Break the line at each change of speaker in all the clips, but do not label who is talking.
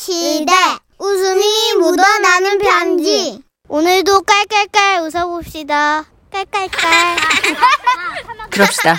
시대 웃음이 묻어나는 편지 오늘도 깔깔깔 웃어봅시다 깔깔깔
그럽시다.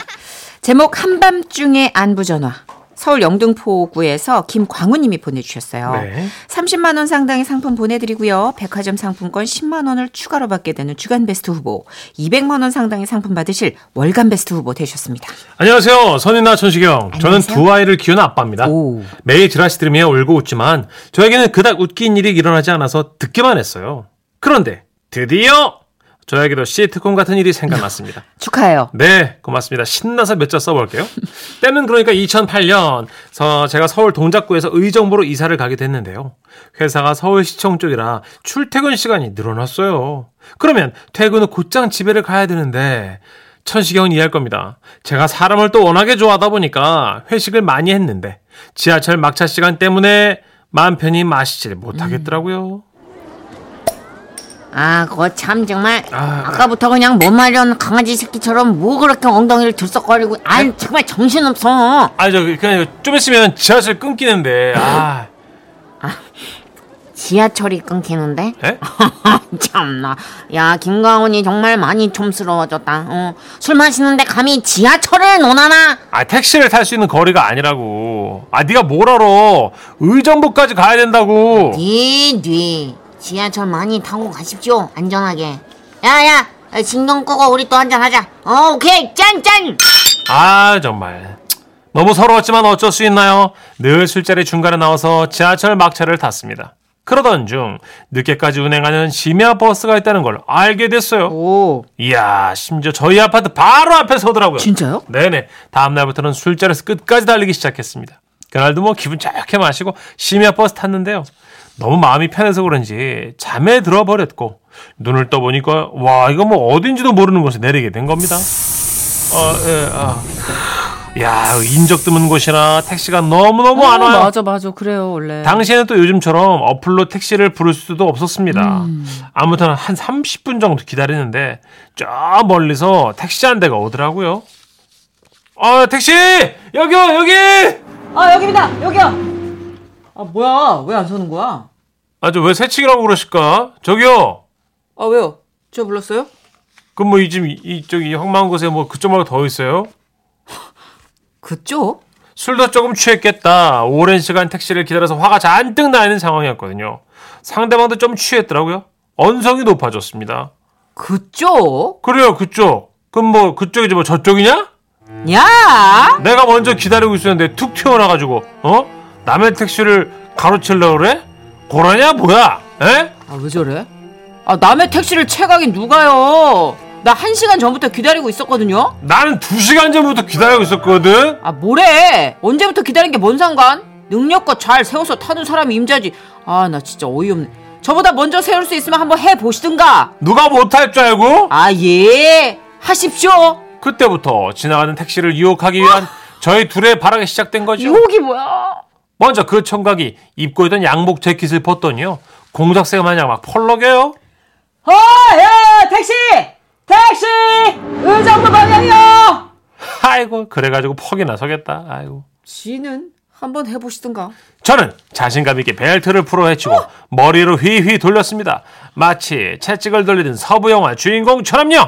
제목 한밤중에 안부 전화. 서울 영등포구에서 김광우님이 보내주셨어요.
네.
30만 원 상당의 상품 보내드리고요. 백화점 상품권 10만 원을 추가로 받게 되는 주간 베스트 후보, 200만 원 상당의 상품 받으실 월간 베스트 후보 되셨습니다.
안녕하세요. 선인나 천식영. 저는
안녕하세요.
두 아이를 키우는 아빠입니다.
오.
매일 지라시 들으며 울고 웃지만 저에게는 그닥 웃긴 일이 일어나지 않아서 듣기만 했어요. 그런데 드디어 저에게도 시트콤 같은 일이 생각났습니다.
축하해요.
네, 고맙습니다. 신나서 몇 자 써볼게요. 때는 그러니까 2008년, 서 제가 서울 동작구에서 의정부로 이사를 가게 됐는데요. 회사가 서울시청 쪽이라 출퇴근 시간이 늘어났어요. 그러면 퇴근 후 곧장 집에를 가야 되는데, 천식형은 이해할 겁니다. 제가 사람을 또 워낙에 좋아하다 보니까 회식을 많이 했는데, 지하철 막차 시간 때문에 마음 편히 마시질 못하겠더라고요.
아, 그거 참 정말
아.
아, 까부터 그냥 못 마련 강아지 새끼처럼 뭐 그렇게 엉덩이를 들썩거리고 아,
네.
정말 정신 없어.
아, 저, 그냥 좀 있으면 지하철 끊기는데, 아,
지하철이 끊기는데?
에?
참나. 야, 김광훈이 정말 많이 촘스러워졌다. 어, 술 마시는데 감히 지하철을 논하나?
아 택시를 탈 수 있는 거리가 아니라고. 아 네가 뭘 알아? 의정부까지 가야 된다고.
뒤, 뒤. 지하철 많이 타고 가십시오. 안전하게. 야, 야. 신경 끄고 우리 또 한잔하자. 어, 오케이. 짠, 짠.
아 정말 너무 서러웠지만 어쩔 수 있나요? 늘 술자리 중간에 나와서 지하철 막차를 탔습니다. 그러던 중 늦게까지 운행하는 심야 버스가 있다는 걸 알게 됐어요.
오.
이야 심지어 저희 아파트 바로 앞에 서더라고요.
진짜요?
네네. 다음 날부터는 술자리에서 끝까지 달리기 시작했습니다. 그날도 뭐 기분 좋게 마시고 심야 버스 탔는데요. 너무 마음이 편해서 그런지 잠에 들어버렸고 눈을 떠보니까 와 이거 뭐 어딘지도 모르는 곳에 내리게 된 겁니다. 어, 예, 아. 야 인적 드문 곳이나 택시가 너무너무 안 와요.
맞아, 맞아. 그래요, 원래.
당시에는 또 요즘처럼 어플로 택시를 부를 수도 없었습니다. 아무튼 한 30분 정도 기다리는데 저 멀리서 택시 한 대가 오더라고요. 아 택시 여기요 여기
아, 여기입니다. 여기요. 아, 뭐야. 왜 안 서는 거야?
아저 왜 새치기라고 그러실까 저기요
아, 왜요? 저 불렀어요?
그럼 뭐 이 지금 이쪽이 험한 곳에 뭐 그쪽 말고 더 있어요
그쪽?
술도 조금 취했겠다 오랜 시간 택시를 기다려서 화가 잔뜩 나 있는 상황이었거든요 상대방도 좀 취했더라고요 언성이 높아졌습니다
그쪽?
그래요 그쪽 그럼 뭐 그쪽이지 뭐 저쪽이냐
야!
내가 먼저 기다리고 있었는데 툭 튀어나가지고 어 남의 택시를 가로치려고 그래 고라냐 뭐야 에?
아, 왜 저래? 아, 남의 택시를 채가긴 누가요? 나 한 시간 전부터 기다리고 있었거든요?
나는 두 시간 전부터 기다리고 있었거든.
아, 뭐래? 언제부터 기다린 게 뭔 상관? 능력껏 잘 세워서 타는 사람이 임자지. 아, 나 진짜 어이없네. 저보다 먼저 세울 수 있으면 한번 해보시든가.
누가 못할 줄 알고?
아, 예. 하십시오.
그때부터 지나가는 택시를 유혹하기 위한 저희 둘의 발악이 시작된 거죠.
유혹이 뭐야?
먼저 그 청각이 입고 있던 양복 재킷을 벗더니요. 공작새가 마냥 막 펄럭여요.
어, 야, 택시! 택시! 의정부 방향이요!
아이고, 그래가지고 퍽이나 서겠다. 아이고.
지는 한번 해보시든가.
저는 자신감 있게 벨트를 풀어 헤치고 머리로 휘휘 돌렸습니다. 마치 채찍을 돌리던 서부 영화 주인공처럼요.
아,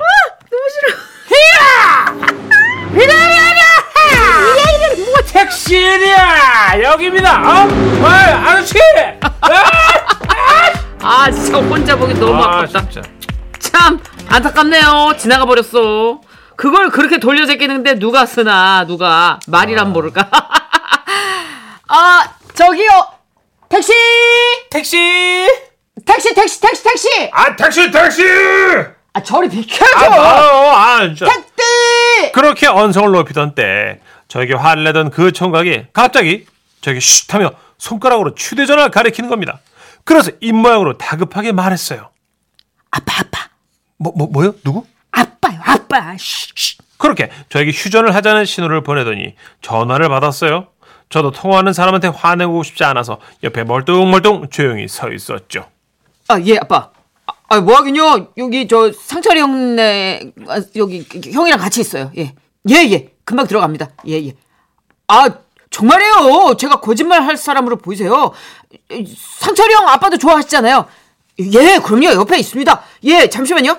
너무 싫어. 이야! 택시야 여기입니다. 어? 어, 아저씨.
아, 진짜 혼자 보기 너무
아,
아깝다.
진짜.
참 안타깝네요. 지나가 버렸어. 그걸 그렇게 돌려 제끼는데 누가 쓰나 누가 말이란 모를까. 아 저기요 택시
택시.
택시 택시 택시 택시
아, 택시, 택시.
아 저리 비켜줘.
아, 아, 아, 진짜.
택시
그렇게 언성을 높이던 때 저에게 화를 내던 그 청각이 갑자기 저에게 쉿 하며 손가락으로 휴대전화를 가리키는 겁니다. 그래서 입모양으로 다급하게 말했어요.
아빠 아빠
뭐, 뭐, 뭐요? 누구?
아빠요 아빠. 쉿, 쉿.
그렇게 저에게 휴전을 하자는 신호를 보내더니 전화를 받았어요. 저도 통화하는 사람한테 화내고 싶지 않아서 옆에 멀뚱멀뚱 조용히 서 있었죠.
아, 예, 아빠. 아, 아, 뭐 하긴요. 여기 저 상철이 형네 아, 여기 형이랑 같이 있어요. 예. 예, 예. 금방 들어갑니다. 예, 예. 아,
정말이에요. 제가 거짓말 할 사람으로 보이세요. 상철이 형 아빠도 좋아하시잖아요. 예, 그럼요. 옆에 있습니다. 예, 잠시만요.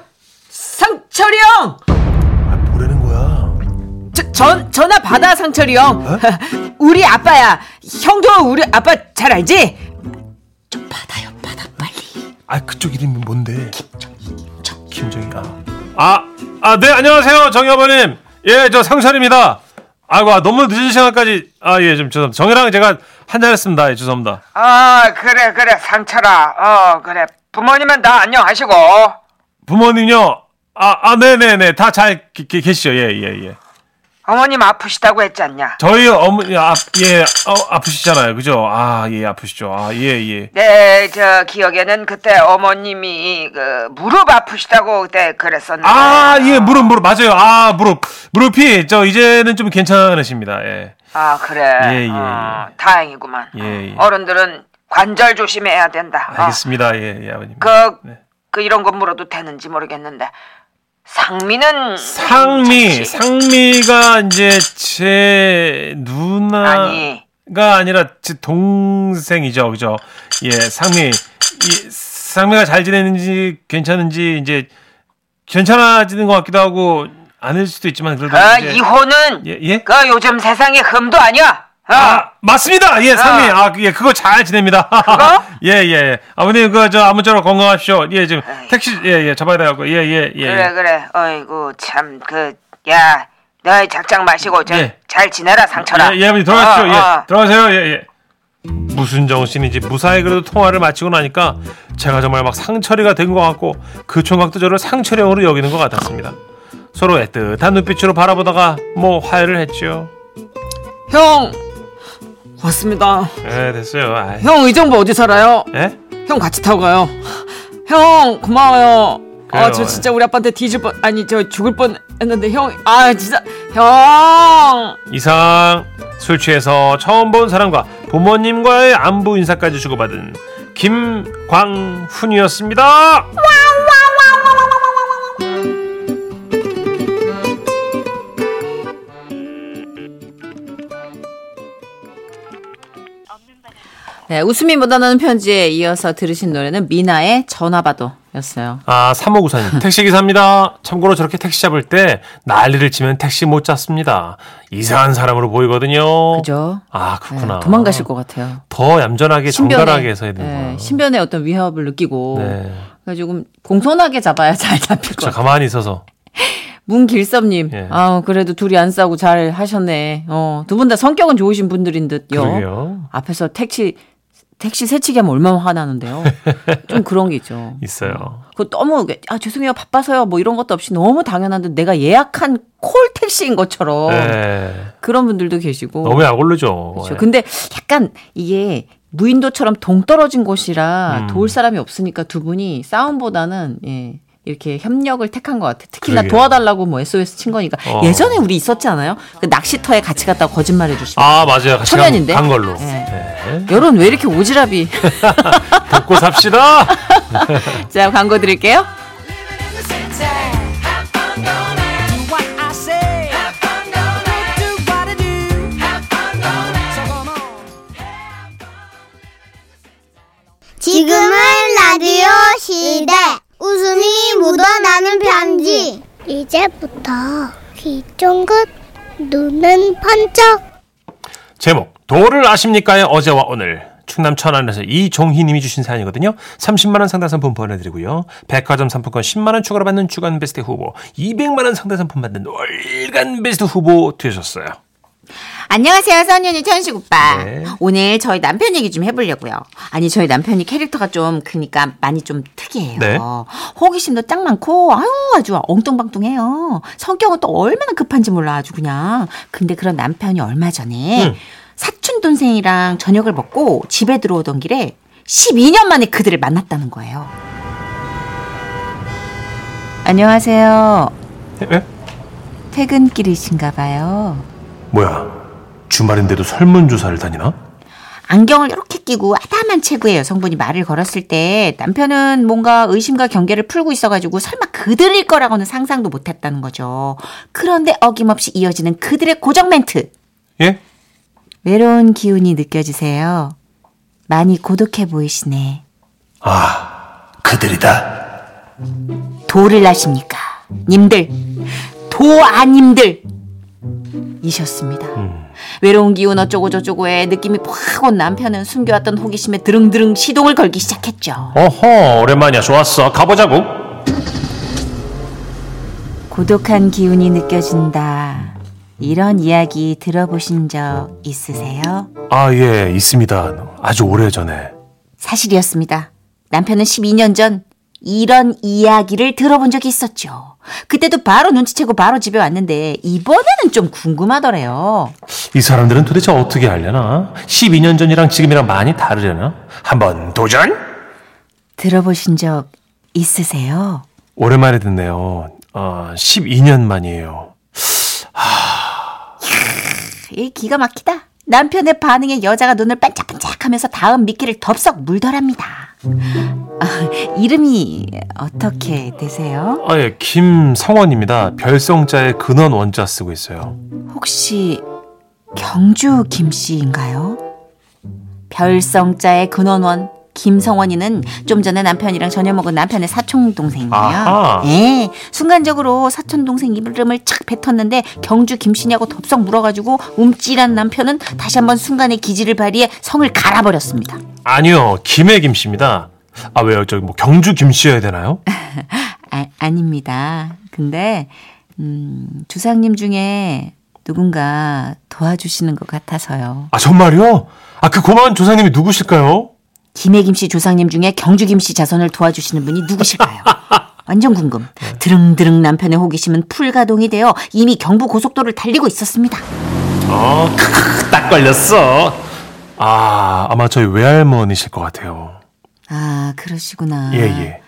상철이 형!
아, 뭐라는 거야?
저, 전, 전화 받아, 상철이 형. 우리 아빠야. 형도 우리 아빠 잘 알지? 좀 받아요, 받아, 빨리.
아 그쪽 이름이 뭔데? 김정희. 김정희. 아아네 안녕하세요 정희 아버님. 예 저 상철입니다. 아이고 아, 너무 늦은 시간까지 아 예 좀 죄송합니다. 정희랑 제가 한잔했습니다. 예 죄송합니다.
아 그래 그래 상철아 어 그래 부모님은 다 안녕하시고
부모님요. 아 아 네네네 다 잘 계시죠. 예 예 예,
어머님 아프시다고 했지 않냐
저희 어머니 아예 어, 아프시잖아요. 그죠? 아 예 아프시죠. 아 예 예.
내 네, 저 기억에는 그때 어머님이 그 무릎 아프시다고 그때 그랬었는데
아, 예, 무릎, 무릎, 맞아요. 아, 무릎. 무릎이, 저, 이제는 좀 괜찮으십니다. 예.
아, 그래
예, 예,
어,
예.
다행이구만
예, 예.
어른들은 관절 조심해야 된다 어,
알겠습니다. 예, 예, 아버님.
그,
네.
그 이런 거 물어도 되는지 모르겠는데 상미는 아, 예.
상미, 상미가 이제 제 누나가
아니. 예.
아니라 제 동생이죠, 그죠? 예, 상미, 이, 상미가 잘 지내는지 괜찮은지 이제 괜찮아지는 것 같기도 하고 아닐 수도 있지만 그래도
어,
이제
이혼은
예, 예?
그 요즘 세상의 흠도 아니야 어.
아, 맞습니다. 예, 상미. 아, 그, 예, 그거 잘 지냅니다.
그거?
예, 예, 예. 아버님, 그, 저, 아무쪼록 건강하십시오. 예, 지금 택시, 예, 예, 잡아야 돼갖고. 예, 예, 예.
아, 그래 그래 어이구 참 그 야 너희 작작 마시고 저
예.
잘 지내라 상철아
예, 예, 아버님, 들어가십시오.
어,
예,
어.
들어가세요. 예, 예. 무슨 정신인지 무사히 그래도 통화를 마치고 나니까 제가 정말 막 상처리가 된 것 같고 그 총각도 저를 상처령으로 여기는 것 같았습니다. 서로 애틋한 눈빛으로 바라보다가 뭐 화해를 했죠.
형! 왔습니다.
예, 됐어요. 아이.
형, 의정부 어디 살아요?
예?
형 같이 타고 가요. 형 고마워요. 아
그래요.
저 진짜 우리 아빠한테 뒤질 뻔 아니 저 죽을 뻔 했는데 형 아 진짜 형
이상 술 취해서 처음 본 사람과 부모님과의 안부 인사까지 주고받은 김광훈이었습니다.
네, 웃음이 묻어나는 편지에 이어서 들으신 노래는 미나의 전화받어였어요.
아, 3594님. 택시기사입니다. 참고로 저렇게 택시 잡을 때 난리를 치면 택시 못 잡습니다. 이상한 사람으로 보이거든요.
그죠?
아, 그렇구나.
네, 도망가실 것 같아요.
더 얌전하게,
신변에,
정갈하게 해서 해야 되는
네,
거예요.
신변의 어떤 위협을 느끼고
네.
그러니까 조금 공손하게 잡아야 잘 잡힐 것
자,
같아요.
가만히 있어서.
문길섭님,
예.
아우 그래도 둘이 안 싸고 잘 하셨네. 어, 두 분 다 성격은 좋으신 분들인 듯요.
그러게요.
앞에서 택시 택시 새치기 하면 얼마나 화나는데요. 좀 그런 게 있죠.
있어요.
그 너무 아 죄송해요 바빠서요 뭐 이런 것도 없이 너무 당연한데 내가 예약한 콜 택시인 것처럼
네.
그런 분들도 계시고
너무 약올르죠.
어.
네.
그렇죠. 근데 약간 이게 무인도처럼 동떨어진 곳이라
음.
도울 사람이 없으니까 두 분이 싸움보다는 예. 이렇게 협력을 택한 것 같아. 특히나
그러게요.
도와달라고 뭐 SOS 친 거니까
어.
예전에 우리 있었지 않아요? 그 낚시터에 같이 갔다고 거짓말해 주시고
아, 맞아요. 같이 간,
초면인데?
간 걸로. 네.
여론 왜 이렇게 오지랖이?
덮고 삽시다.
자 광고 드릴게요.
지금은 라디오 시대. 웃음이 묻어나는 편지. 이제부터 귀 쫑긋, 눈은 번쩍.
제목 도를 아십니까의 어제와 오늘 충남 천안에서 이종희님이 주신 사연이거든요. 30만 원 상당 상품 보내드리고요. 백화점 상품권 10만 원 추가로 받는 주간 베스트 후보, 200만 원 상당 상품 받는 월간 베스트 후보 되셨어요.
안녕하세요, 선윤이 천식 오빠.
네.
오늘 저희 남편 얘기 좀 해보려고요. 아니 저희 남편이 캐릭터가 좀 그니까 많이 좀 특이해요.
네.
호기심도 짱 많고 아유 아주 엉뚱방뚱해요. 성격은 또 얼마나 급한지 몰라 아주 그냥. 근데 그런 남편이 얼마 전에
음.
사촌 동생이랑 저녁을 먹고 집에 들어오던 길에 12년 만에 그들을 만났다는 거예요.
안녕하세요.
에?
퇴근길이신가 봐요.
뭐야? 주말인데도 설문조사를 다니나?
안경을 이렇게 끼고 아담한 체구의 여성분이 말을 걸었을 때 남편은 뭔가 의심과 경계를 풀고 있어가지고 설마 그들일 거라고는 상상도 못했다는 거죠. 그런데 어김없이 이어지는 그들의 고정 멘트.
예?
외로운 기운이 느껴지세요. 많이 고독해 보이시네.
그들이다.
도를 아십니까? 님들, 도아님들! 이셨습니다. 외로운 기운 어쩌고저쩌고에 느낌이 확 온 남편은 숨겨왔던 호기심에 드릉드릉 시동을 걸기 시작했죠.
어허, 오랜만이야. 좋았어. 가보자고.
고독한 기운이 느껴진다. 이런 이야기 들어보신 적 있으세요?
아, 예, 있습니다. 아주 오래 전에.
사실이었습니다. 남편은 12년 전 이런 이야기를 들어본 적이 있었죠. 그때도 바로 눈치채고 바로 집에 왔는데 이번에는 좀 궁금하더래요.
이 사람들은 도대체 어떻게 하려나? 12년 전이랑 지금이랑 많이 다르려나? 한번 도전?
들어보신 적 있으세요?
오랜만에 듣네요. 어, 12년 만이에요.
이 기가 막히다. 남편의 반응에 여자가 눈을 반짝반짝하면서 다음 미끼를 덥석 물더랍니다. 아, 이름이 어떻게 되세요?
아, 예, 김성원입니다. 별성자에 근원 원자 쓰고 있어요.
혹시 경주 김씨인가요? 별성자의 근원원 김성원이는 좀 전에 남편이랑 저녁 먹은 남편의 사촌 동생이에요.
아하.
예, 순간적으로 사촌 동생 이름을 착 뱉었는데 경주 김씨냐고 덥석 물어가지고 움찔한 남편은 다시 한번 순간의 기지를 발휘해 성을 갈아버렸습니다.
아니요, 김해 김씨입니다. 아, 왜요? 저기 뭐 경주 김씨여야 되나요?
아, 아닙니다. 근데 음, 주상님 중에 누군가 도와주시는 것 같아서요.
아, 정말요? 아, 그 고마운 조상님이 누구실까요?
김해김 씨 조상님 중에 경주김 씨 자선을 도와주시는 분이 누구실까요? 완전 궁금.
네.
드릉드릉 남편의 호기심은 풀가동이 되어 이미 경부 고속도로를 달리고 있었습니다.
어, 크크크, 딱 걸렸어. 아, 아마 저희 외할머니실 것 같아요.
아, 그러시구나.
예, 예.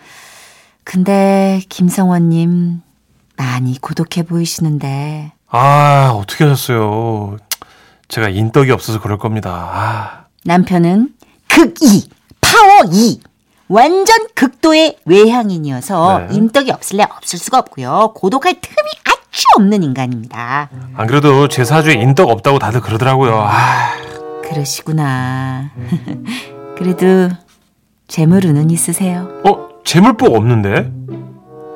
근데 김성원님 많이 고독해 보이시는데
아, 어떻게 하셨어요? 제가 인덕이 없어서 그럴 겁니다. 아.
남편은 극이 파워 2 완전 극도의 외향인이어서
네.
인덕이 없을래 없을 수가 없고요. 고독할 틈이 아주 없는 인간입니다.
안 그래도 제 사주에 인덕 없다고 다들 그러더라고요. 아,
그러시구나. 그래도 재물운은 있으세요?
어, 재물복 없는데?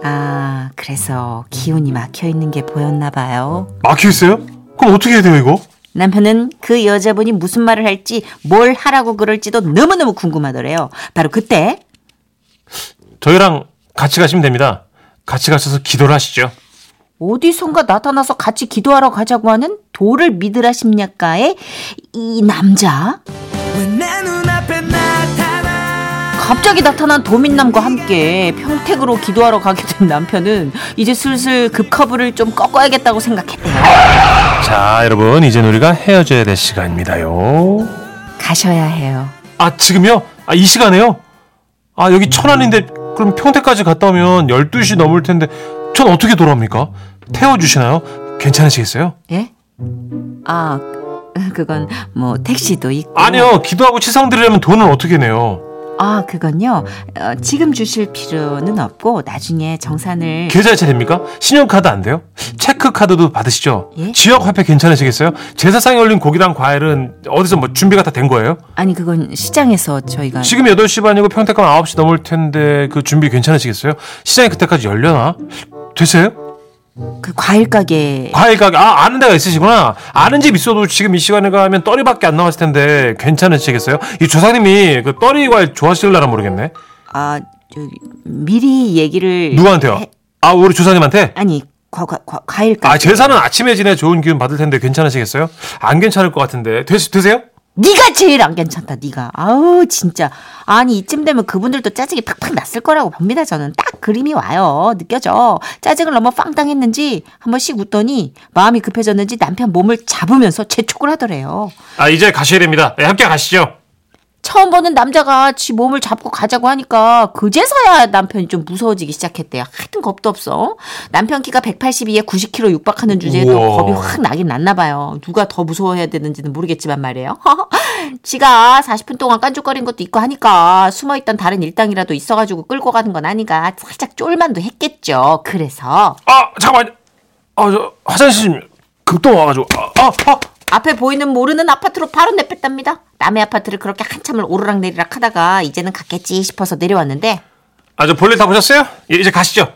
아, 그래서 기운이 막혀 있는 게 보였나 봐요.
막혀 있어요? 그럼 어떻게 해야 돼요, 이거?
남편은 그 여자분이 무슨 말을 할지 뭘 하라고 그럴지도 너무너무 궁금하더래요. 바로 그때
저희랑 같이 가시면 됩니다. 같이 가셔서 기도를 하시죠.
어디선가 나타나서 같이 기도하러 가자고 하는 도를 믿으라 심리학과의 이 남자. 갑자기 나타난 도민남과 함께 평택으로 기도하러 가게 된 남편은 이제 슬슬 급커브를 좀 꺾어야겠다고 생각했대요.
자, 여러분, 이제 우리가 헤어져야 될 시간입니다요.
가셔야 해요.
아, 지금요? 아, 이 시간에요? 아, 여기 천안인데 그럼 평택까지 갔다 오면 12시 넘을 텐데 전 어떻게 돌아옵니까? 태워 주시나요? 괜찮으시겠어요?
예? 아, 그건 뭐 택시도 있고.
아니요. 기도하고 치상 드리려면 돈은 어떻게 내요?
아, 그건요. 어, 지금 주실 필요는 없고 나중에 정산을
계좌이체 됩니까? 신용카드 안 돼요? 체크카드도 받으시죠?
예?
지역 화폐 괜찮으시겠어요? 제사상에 올린 고기랑 과일은 어디서 뭐 준비가 다 된 거예요?
아니 그건 시장에서
아.
저희가
지금 8시 반이고 평택 가면 9시 넘을 텐데 그 준비 괜찮으시겠어요? 시장이 그때까지 열려나? 되세요?
그 과일 가게
과일 가게 아 아는 데가 있으시구나 아는 집 있어도 지금 이 시간에 가면 떠리밖에 안 나왔을 텐데 괜찮으시겠어요? 이 조사님이 그 떠리 과일 좋아하실라나 모르겠네
아 저기 미리 얘기를
누구한테요?
해-
아 우리 조사님한테?
아니 과, 과, 과, 과일 가게
아 제사는 아침에 지내 좋은 기운 받을 텐데 괜찮으시겠어요? 안 괜찮을 것 같은데 되, 되세요?
네가 제일 안 괜찮다 네가 아우 진짜 아니 이쯤 되면 그분들도 짜증이 팍팍 났을 거라고 봅니다 저는 딱 그림이 와요 느껴져 짜증을 너무 빵당했는지 한 번씩 웃더니 마음이 급해졌는지 남편 몸을 잡으면서 재촉을 하더래요
아 이제 가셔야 됩니다. 네, 함께 가시죠.
처음 보는 남자가 지 몸을 잡고 가자고 하니까 그제서야 남편이 좀 무서워지기 시작했대요. 하여튼 겁도 없어. 남편 키가 182에 90kg 육박하는 주제에 더
우와.
겁이 확 나긴 났나 봐요. 누가 더 무서워해야 되는지는 모르겠지만 말이에요. 지가 40분 동안 깐죽거린 것도 있고 하니까 숨어있던 다른 일당이라도 있어가지고 끌고 가는 건 아닌가 살짝 쫄만도 했겠죠. 그래서
아 잠깐만. 아 저 화장실 좀 급동 와가지고 아아 아,
앞에 보이는 모르는 아파트로 바로 내뺐답니다. 남의 아파트를 그렇게 한참을 오르락내리락 하다가 이제는 갔겠지 싶어서 내려왔는데
아, 저 볼일 다 보셨어요? 예, 이제 가시죠.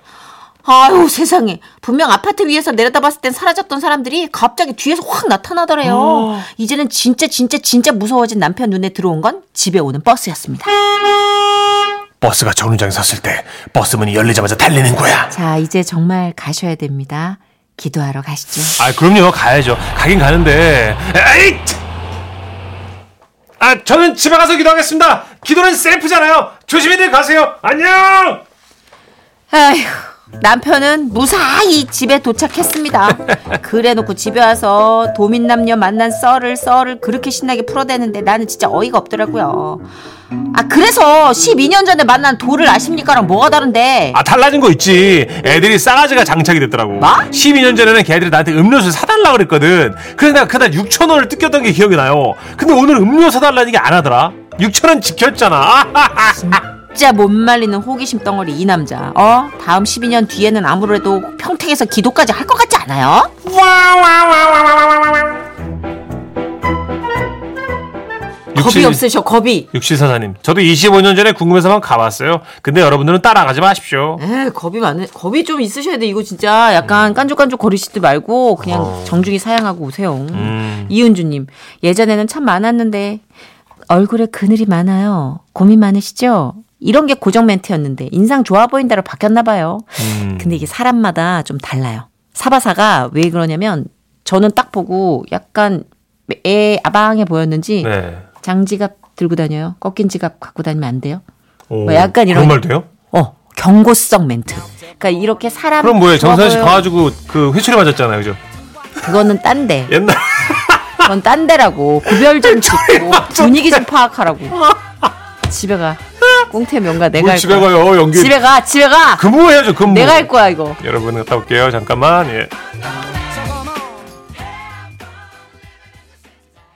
아유 세상에 분명 아파트 위에서 내려다봤을 땐 사라졌던 사람들이 갑자기 뒤에서 확 나타나더래요. 이제는 진짜 진짜 진짜 무서워진 남편 눈에 들어온 건 집에 오는 버스였습니다.
버스가 정류장에 섰을 때 버스문이 열리자마자 달리는 거야.
자 이제 정말 가셔야 됩니다. 기도하러 가시죠.
아, 그럼요. 가야죠. 가긴 가는데. 에잇! 아, 저는 집에 가서 기도하겠습니다. 기도는 셀프잖아요. 조심히들 가세요. 안녕!
아휴, 남편은 무사히 집에 도착했습니다. 그래놓고 집에 와서 도민 남녀 만난 썰을 썰을 그렇게 신나게 풀어대는데 나는 진짜 어이가 없더라고요. 아 그래서 12년 전에 만난 돌을 아십니까랑 뭐가 다른데?
아, 달라진 거 있지. 애들이 싸가지가 장착이 됐더라고.
뭐?
12년 전에는 걔들이 나한테 음료수 사달라 그랬거든. 그래서 내가 그날 6천원을 뜯겼던 게 기억이 나요. 근데 오늘 음료 사달라는 게 안 하더라. 6천원 지켰잖아. 아하하.
진짜 못 말리는 호기심 덩어리 이 남자. 어? 다음 12년 뒤에는 아무래도 평택에서 기도까지 할 것 같지 않아요? 겁이
육신-
없으셔 겁이.
육시사사님, 저도 25년 전에 궁금해서만 가봤어요. 근데 여러분들은 따라가지 마십시오.
예,
에 겁이 많은 겁이 좀 있으셔야 돼 이거
진짜
진짜.
음.
약간 깐죽깐죽 거리시지 말고 그냥 정중히 사양하고 오세요.
음.
음. 이은주님 예전에는 참 많았는데 얼굴에 그늘이 많아요. 고민 많으시죠? 이런 게 고정 멘트였는데 인상 좋아 보인다로 바뀌었나 봐요.
음.
근데 이게 사람마다 좀 달라요. 사바사가 왜 그러냐면 저는 딱 보고 약간 애 아방해 보였는지
네.
장지갑 들고 다녀요. 꺾인 지갑 갖고 다니면 안 돼요.
오,
뭐 약간 이런-
어, 그런 말 돼요?
어 경고성 멘트. 그러니까 이렇게 사람
그럼 뭐예요?
좋아
정선 씨
보여요.
가가지고 그 회초리 맞았잖아요, 그죠?
그거는 딴데.
옛날
그건 딴 데라고 구별 좀 짓고 분위기 좀 파악하라고 집에 가 꽁태 명가 내가
뭘
할
집에
거야
가요 어, 연기.
집에 가 집에 가
근무해야죠 근무.
내가 할 거야 이거
여러분 갔다 올게요 잠깐만 예.